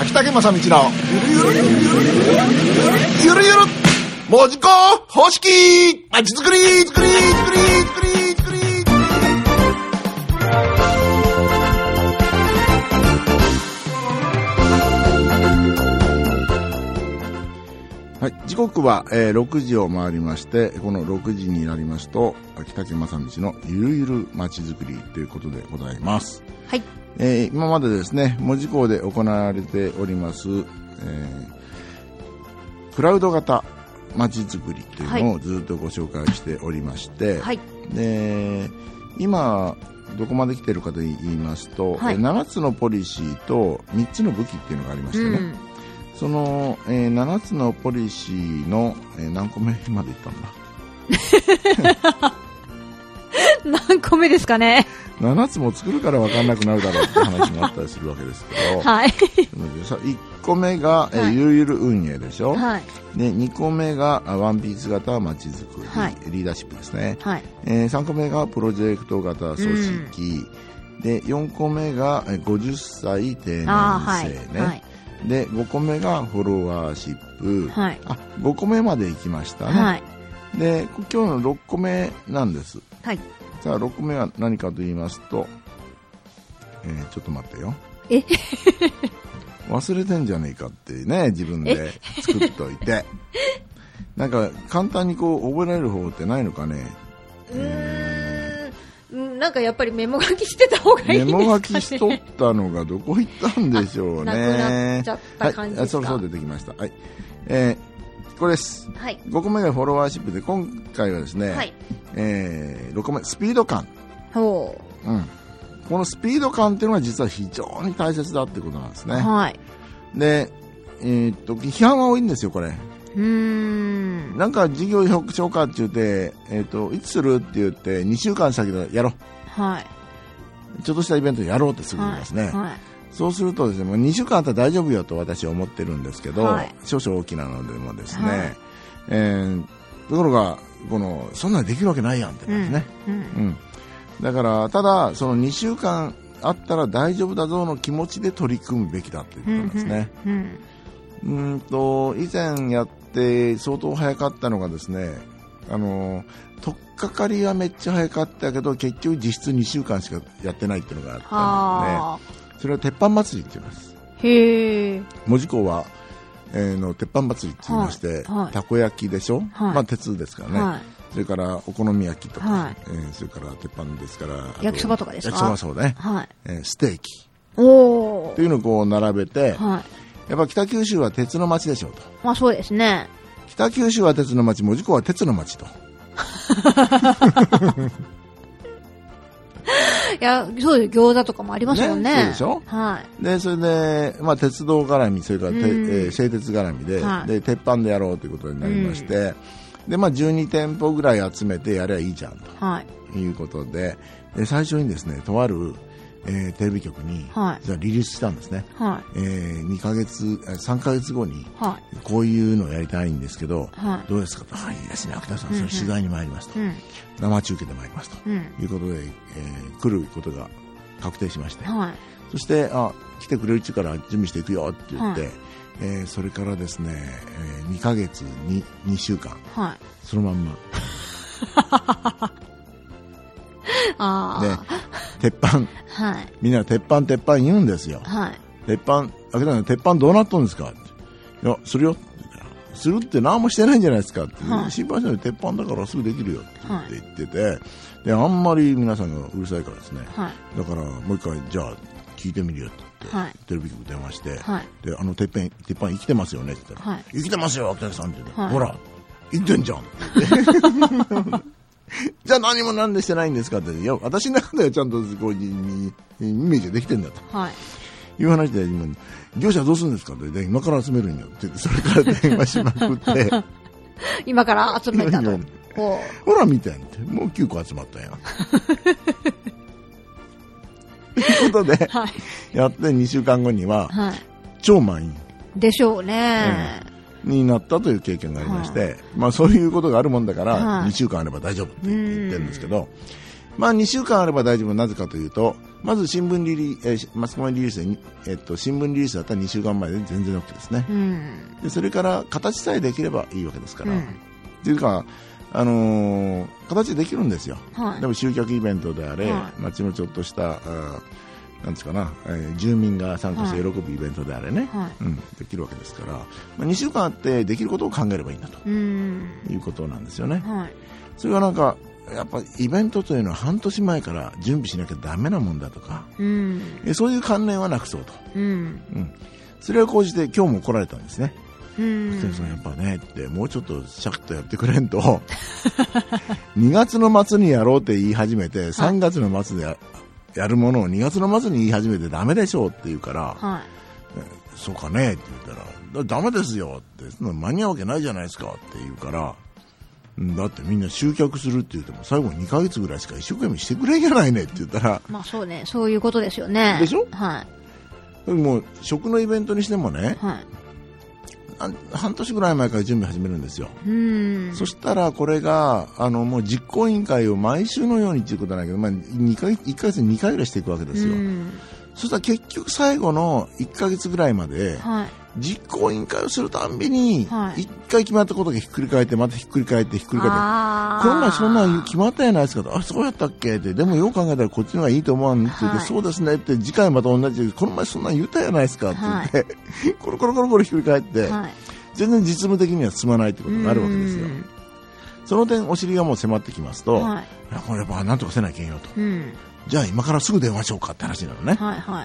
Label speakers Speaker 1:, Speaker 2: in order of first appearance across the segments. Speaker 1: 秋竹正道のゆるゆるゆるゆるゆるゆる文字工方式まちづくり作り作り作り作り
Speaker 2: はい、時刻は、えー6時を回りましてこの6時になりますと秋竹正道の「ゆるゆるまちづくり」ということでございます、
Speaker 3: はい。
Speaker 2: えー今までですね門司港で行われております、えークラウド型まちづくりというのをずっとご紹介しておりまして、
Speaker 3: はい。
Speaker 2: で今どこまで来てるかと言いますと、
Speaker 3: はい
Speaker 2: えー7つのポリシーと3つの武器っていうのがありましてね、
Speaker 3: うん。
Speaker 2: その、えー7つのポリシーの、えー何個目までいったんだ
Speaker 3: 何個目ですかね。
Speaker 2: 7つも作るから分かんなくなるだろうって話もあったりするわけです けど、
Speaker 3: はい。
Speaker 2: 1個目が、えー
Speaker 3: はい
Speaker 2: ゆるゆる運営でしょ、
Speaker 3: はい。
Speaker 2: で2個目があワンピース型まちづくり、
Speaker 3: はい
Speaker 2: リーダーシップですね、
Speaker 3: はい。
Speaker 2: え3個目がプロジェクト型組織、で4個目がえー50歳定年制ね、
Speaker 3: ああ、はい。はい。
Speaker 2: で5個目がフォロワーシップ、
Speaker 3: はい。
Speaker 2: あ5個目まで行きましたね、
Speaker 3: はい。
Speaker 2: で今日の6個目なんです
Speaker 3: はい。
Speaker 2: さあ6個目は何かと言いますと、えーちょっと待ってよ
Speaker 3: え
Speaker 2: 忘れてんじゃねえかってね自分で作っとい てなんか簡単にこう覚えられる方法ってないのかね
Speaker 3: うーんうん。なんかやっぱりメモ書きしてた方がいいです
Speaker 2: メ
Speaker 3: かね。
Speaker 2: モ書きしとったのがどこ行ったんでしょうね
Speaker 3: あなくなっちゃった感じ
Speaker 2: はい
Speaker 3: で
Speaker 2: あ、
Speaker 3: す
Speaker 2: そ
Speaker 3: か
Speaker 2: ろそろ出てきましたはいえーこれです
Speaker 3: はい。
Speaker 2: 5個目がフォロワーシップで今回はですね、
Speaker 3: はい。
Speaker 2: え6個目スピード感
Speaker 3: ほ
Speaker 2: うん、このスピード感っていうのが実は非常に大切だってことなんです
Speaker 3: う。
Speaker 2: ね。
Speaker 3: はい。
Speaker 2: で、えーっと、批判は多いんですよ、これ。
Speaker 3: うーん。
Speaker 2: なんか事業紹介って言って、えーっと、いつするって言って、2週間先でやろ
Speaker 3: はい。
Speaker 2: う。ちょっとしたイベントやろうってすぐ言い
Speaker 3: はい。
Speaker 2: ますね。
Speaker 3: はい。
Speaker 2: そうするとですね、もう2週間あったら大丈夫よと私は思ってるんですけど、
Speaker 3: はい
Speaker 2: 少々大きなのでもですね、
Speaker 3: はい
Speaker 2: えーところが、この、そんなんできるわけないやんって
Speaker 3: う
Speaker 2: なんです
Speaker 3: ん
Speaker 2: ね。。
Speaker 3: うん。
Speaker 2: うん、だから、ただ、その2週間あったら大丈夫だぞの気持ちで取り組むべきだということなんですね。
Speaker 3: うん。
Speaker 2: うーんと以前やって相当早かったのがですね、あの取っかかりはめっちゃ早かったけど結局実質2週間しかやってないっていうのがあっ
Speaker 3: はあ。
Speaker 2: たんで、ね、それは鉄板祭りって言います。
Speaker 3: へえ。
Speaker 2: 門司港は、えーの鉄板祭りって言いまして、
Speaker 3: はいはい
Speaker 2: たこ焼きでしょ、
Speaker 3: はい
Speaker 2: まあ鉄ですからね、
Speaker 3: は
Speaker 2: それからお好み焼きとか、
Speaker 3: はい
Speaker 2: えーそれから鉄板ですからあと
Speaker 3: 焼きそばとかですか
Speaker 2: 焼きそばそうね
Speaker 3: い。、はい。
Speaker 2: えーステーキ
Speaker 3: お
Speaker 2: と
Speaker 3: ー。
Speaker 2: いうのをこう並べて、
Speaker 3: はい。
Speaker 2: やっぱ北九州は鉄の町でしょうと
Speaker 3: まあそうですね。
Speaker 2: 北九州は鉄の町門司港は鉄の町と
Speaker 3: いや、そうです。餃子とかもありますもんね。
Speaker 2: ねそうでしょ
Speaker 3: はい。
Speaker 2: でそれで、まあ、鉄道絡みそれからて、え
Speaker 3: うん
Speaker 2: ー製鉄絡みで,、
Speaker 3: はい
Speaker 2: で鉄板でやろうということになりまして、でまあ、12店舗ぐらい集めてやりゃいいじゃん
Speaker 3: はい。
Speaker 2: ということでで最初にですねとある、えーテレビ局に、
Speaker 3: はい
Speaker 2: じゃあリリースしたんですね、
Speaker 3: は
Speaker 2: えー、2ヶ月えー3ヶ月後に
Speaker 3: い。はい。
Speaker 2: こういうのをやりたいんですけど、
Speaker 3: はい
Speaker 2: どうですかと、はい、いいですね、秋田さん、
Speaker 3: うん
Speaker 2: そ
Speaker 3: うん
Speaker 2: れ取材に参りますと、
Speaker 3: うん。
Speaker 2: 生中継で参りますと、
Speaker 3: うん。
Speaker 2: いうことで、えー来ることが確定しまして、
Speaker 3: はい。
Speaker 2: そして、あ、来てくれるっちゅうから準備していくよって言って、
Speaker 3: はい
Speaker 2: えーそれからですね、え2ヶ月に、2週間、
Speaker 3: はい。
Speaker 2: そのまんま、
Speaker 3: あ
Speaker 2: で
Speaker 3: あ。、
Speaker 2: 鉄板、
Speaker 3: はい。
Speaker 2: みんな鉄板、鉄板言うんですよ。
Speaker 3: はい。
Speaker 2: 鉄板、開けたの鉄板どうなっとんですかっていや、するよって言ったらするって何もしてないんじゃないですかって、
Speaker 3: はい
Speaker 2: 心配しないで鉄板だからすぐできるよって言ってて、で、あんまり皆さんがうるさいからですね、
Speaker 3: はい。
Speaker 2: だからもう一回、じゃあ聞いてみるよって言って、
Speaker 3: はい
Speaker 2: テレビ局電話して、
Speaker 3: はい。
Speaker 2: で、あのてっぺん、鉄板生きてますよねって言ったら、
Speaker 3: はい
Speaker 2: 生きてますよ、秋田さんって言って、
Speaker 3: はい
Speaker 2: ほら、生きてんじゃんって言っ てじゃあ何もなんでしてないんですかって、いや、私の中ではちゃんとこういいイメージができてんだと。
Speaker 3: はい。
Speaker 2: いう話で、今業者どうするんですかって、で今から集めるんよって言って、それから電話しまく って、
Speaker 3: 今から集めたと
Speaker 2: いやいや。
Speaker 3: こ
Speaker 2: ほら見てんって、もう9個集まったやん。 ということで
Speaker 3: う。、はい。
Speaker 2: やって2週間後には、
Speaker 3: はい。
Speaker 2: 超満員
Speaker 3: でしょうね。
Speaker 2: になったという経験がありまして、まあそういうことがあるもんだから、
Speaker 3: は
Speaker 2: 2
Speaker 3: い
Speaker 2: 週間あれば大丈夫って言ってるんですけど、まあ2週間あれば大丈夫、なぜかというと、まず新聞リリース、えーしマスコミリリースでに、えっと、新聞リリースだったら2週間前で全然 OK ですね。
Speaker 3: うん。
Speaker 2: でそれから形さえできればいいわけですか
Speaker 3: う
Speaker 2: ら、
Speaker 3: ん。
Speaker 2: っていうか、あのー形できるんですよ、
Speaker 3: はい
Speaker 2: で。も集客イベントであれ、
Speaker 3: はい
Speaker 2: 街のちょっとした、あーなんですかな、えー住民が参加して喜ぶイベントであれね、
Speaker 3: は
Speaker 2: うん、できるわけですから、まあ、2週間あってできることを考えればいいんだと
Speaker 3: い。うん。
Speaker 2: いうことなんですよね。
Speaker 3: はい。
Speaker 2: それがなんかやっぱイベントというのは半年前から準備しなきゃダメなもんだとか
Speaker 3: うん。
Speaker 2: えそういう関連はなくそうと、
Speaker 3: うん。
Speaker 2: うん、それを講じて今日も来られたんですね
Speaker 3: うん。
Speaker 2: そさんやっぱねってもうちょっとシャクッとやってくれんと 2月の末にやろうって言い始めて3月の末でややるものを2月の末に言い始めてダメでしょうって言うから
Speaker 3: はい。
Speaker 2: そうかねって言ったら、だダメですよって、そんな間に合うわけないじゃないですかって言うから、うんだってみんな集客するって言っても最後2ヶ月ぐらいしか一生懸命してくれんじゃないねって言ったら、
Speaker 3: まあそうね、そういうことですよね。
Speaker 2: でしょ
Speaker 3: は
Speaker 2: もう食のイベントにしてもね
Speaker 3: い。、はい。
Speaker 2: あ半年ぐらい前から準備始めるんですよ。
Speaker 3: うん。
Speaker 2: そしたらこれが、あのもう実行委員会を毎週のようにっていうことはないけど、まあ、2ヶ月、1ヶ月に2回ぐらいしていくわけですよ。
Speaker 3: うん
Speaker 2: そしたら結局最後の1ヶ月ぐらいまで、
Speaker 3: はい。
Speaker 2: 実行委員会をするたんびに、
Speaker 3: はい
Speaker 2: 一回決まったことがひっくり返って、またひっくり返って、ひっくり返って、
Speaker 3: あ
Speaker 2: この前そんなん決まったやないですかと、あ、そうやったっけって、でもよく考えたらこっちの方がいいと思わんって言って、
Speaker 3: はい
Speaker 2: そうですねって、次回また同じで、この前そんなん言ったやないですかって言って、 コロコロコロコロひっくり返って、
Speaker 3: はい。
Speaker 2: 全然実務的には進まないってことになるわけですよ
Speaker 3: う。
Speaker 2: その点、お尻がもう迫ってきますと、
Speaker 3: んはい。
Speaker 2: いやこれやっぱなんとかせなきゃいけんよと。
Speaker 3: うん。
Speaker 2: じゃあ今からすぐ電話しようかって話になるね。
Speaker 3: はいはい。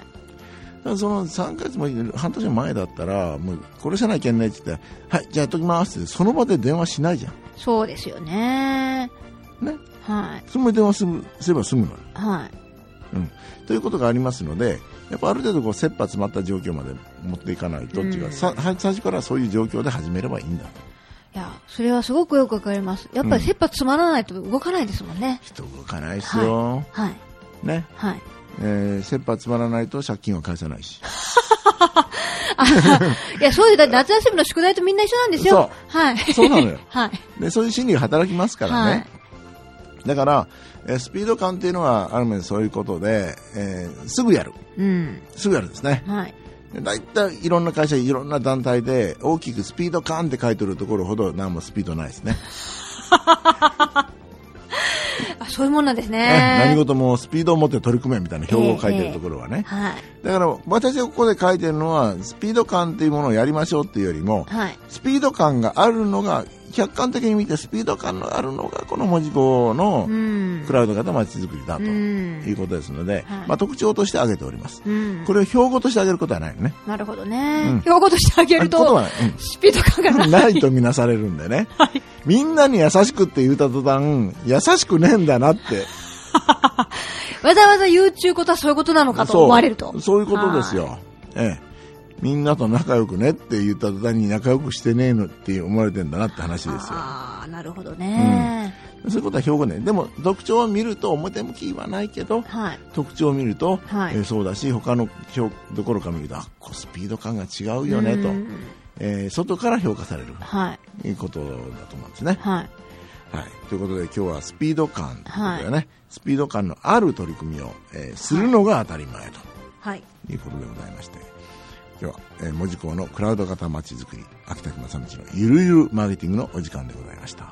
Speaker 2: だからその3ヶ月も半年も前だったらもうこれじゃなきゃいけないって言ったらはいじゃあやっときますってその場で電話しないじゃん
Speaker 3: そうですよね。
Speaker 2: ね
Speaker 3: はい。
Speaker 2: その場で電話するすれば済むのよ
Speaker 3: はい。
Speaker 2: ということがありますのでやっぱある程度こう切羽詰まった状況まで持っていかないとっていうか、
Speaker 3: うん
Speaker 2: さは最初からそういう状況で始めればいいんだと
Speaker 3: いや、それはすごくよくわかります。やっぱり切羽詰まらないと動かないですもんね。
Speaker 2: 人動かないですよ、
Speaker 3: はい。
Speaker 2: ね
Speaker 3: はい。
Speaker 2: えー切羽詰まらないと借金は返さないし
Speaker 3: いや、そういう、だって夏休みの宿題とみんな一緒なんですよ。はい。
Speaker 2: そうなのよ
Speaker 3: はい。
Speaker 2: でそういう心理が働きますからね、
Speaker 3: はい。
Speaker 2: だから、えースピード感っていうのはある面そういうことで、えーすぐやる
Speaker 3: うん。
Speaker 2: すぐやるんですね
Speaker 3: はい。
Speaker 2: 大体いろんな会社、いろんな団体で大きくスピード感って書いてるところほど何もスピードないですね。
Speaker 3: あ、そういうもんなんですね。
Speaker 2: 何事もスピードを持って取り組めみたいな標語を書いてるところはね。
Speaker 3: はい。
Speaker 2: だから私がここで書いてるのはスピード感っていうものをやりましょうっていうよりも
Speaker 3: はい。
Speaker 2: スピード感があるのが客観的に見てスピード感のあるのがこの文字工の
Speaker 3: うん。
Speaker 2: クラウド型まちづくりだと
Speaker 3: う
Speaker 2: い
Speaker 3: ん。
Speaker 2: うことですので、
Speaker 3: はい
Speaker 2: まあ、特徴として挙げております。
Speaker 3: うん
Speaker 2: こ。れを標語として挙げることはないよね。
Speaker 3: なるほど
Speaker 2: う
Speaker 3: ね
Speaker 2: ん。
Speaker 3: 標語としてあげる
Speaker 2: あこと
Speaker 3: と、
Speaker 2: はない。うん
Speaker 3: スピード感がな。
Speaker 2: ないいとみなされるんで ね、みんなに優しくって言うた途端優しくねえんだなって
Speaker 3: わざわざ言うちゅうことはそういうことなのかと思われると。
Speaker 2: そうそういうことですよ、ええ、みんなと仲良くねって言った途端に仲良くしてねえのって思われてんだなって話ですよ
Speaker 3: ああ、なるほどね。
Speaker 2: そういうことは標語ねでも特徴を見ると表向きはないけど
Speaker 3: はい。
Speaker 2: 特徴を見ると、
Speaker 3: はい
Speaker 2: えーそうだし他の表どころか見るとあこうスピード感が違うよねと
Speaker 3: うん、
Speaker 2: えー外から評価される
Speaker 3: はい。
Speaker 2: ということだと思うんですね
Speaker 3: はい。
Speaker 2: はい、ということで今日はスピード感ということだよね、スピード感のある取り組みを、えーするのが当たり前と
Speaker 3: はい。
Speaker 2: いうことでございまして今日は、えー、文字工のクラウド型まちづくり秋田県正道のゆるゆるマーケティングのお時間でございました。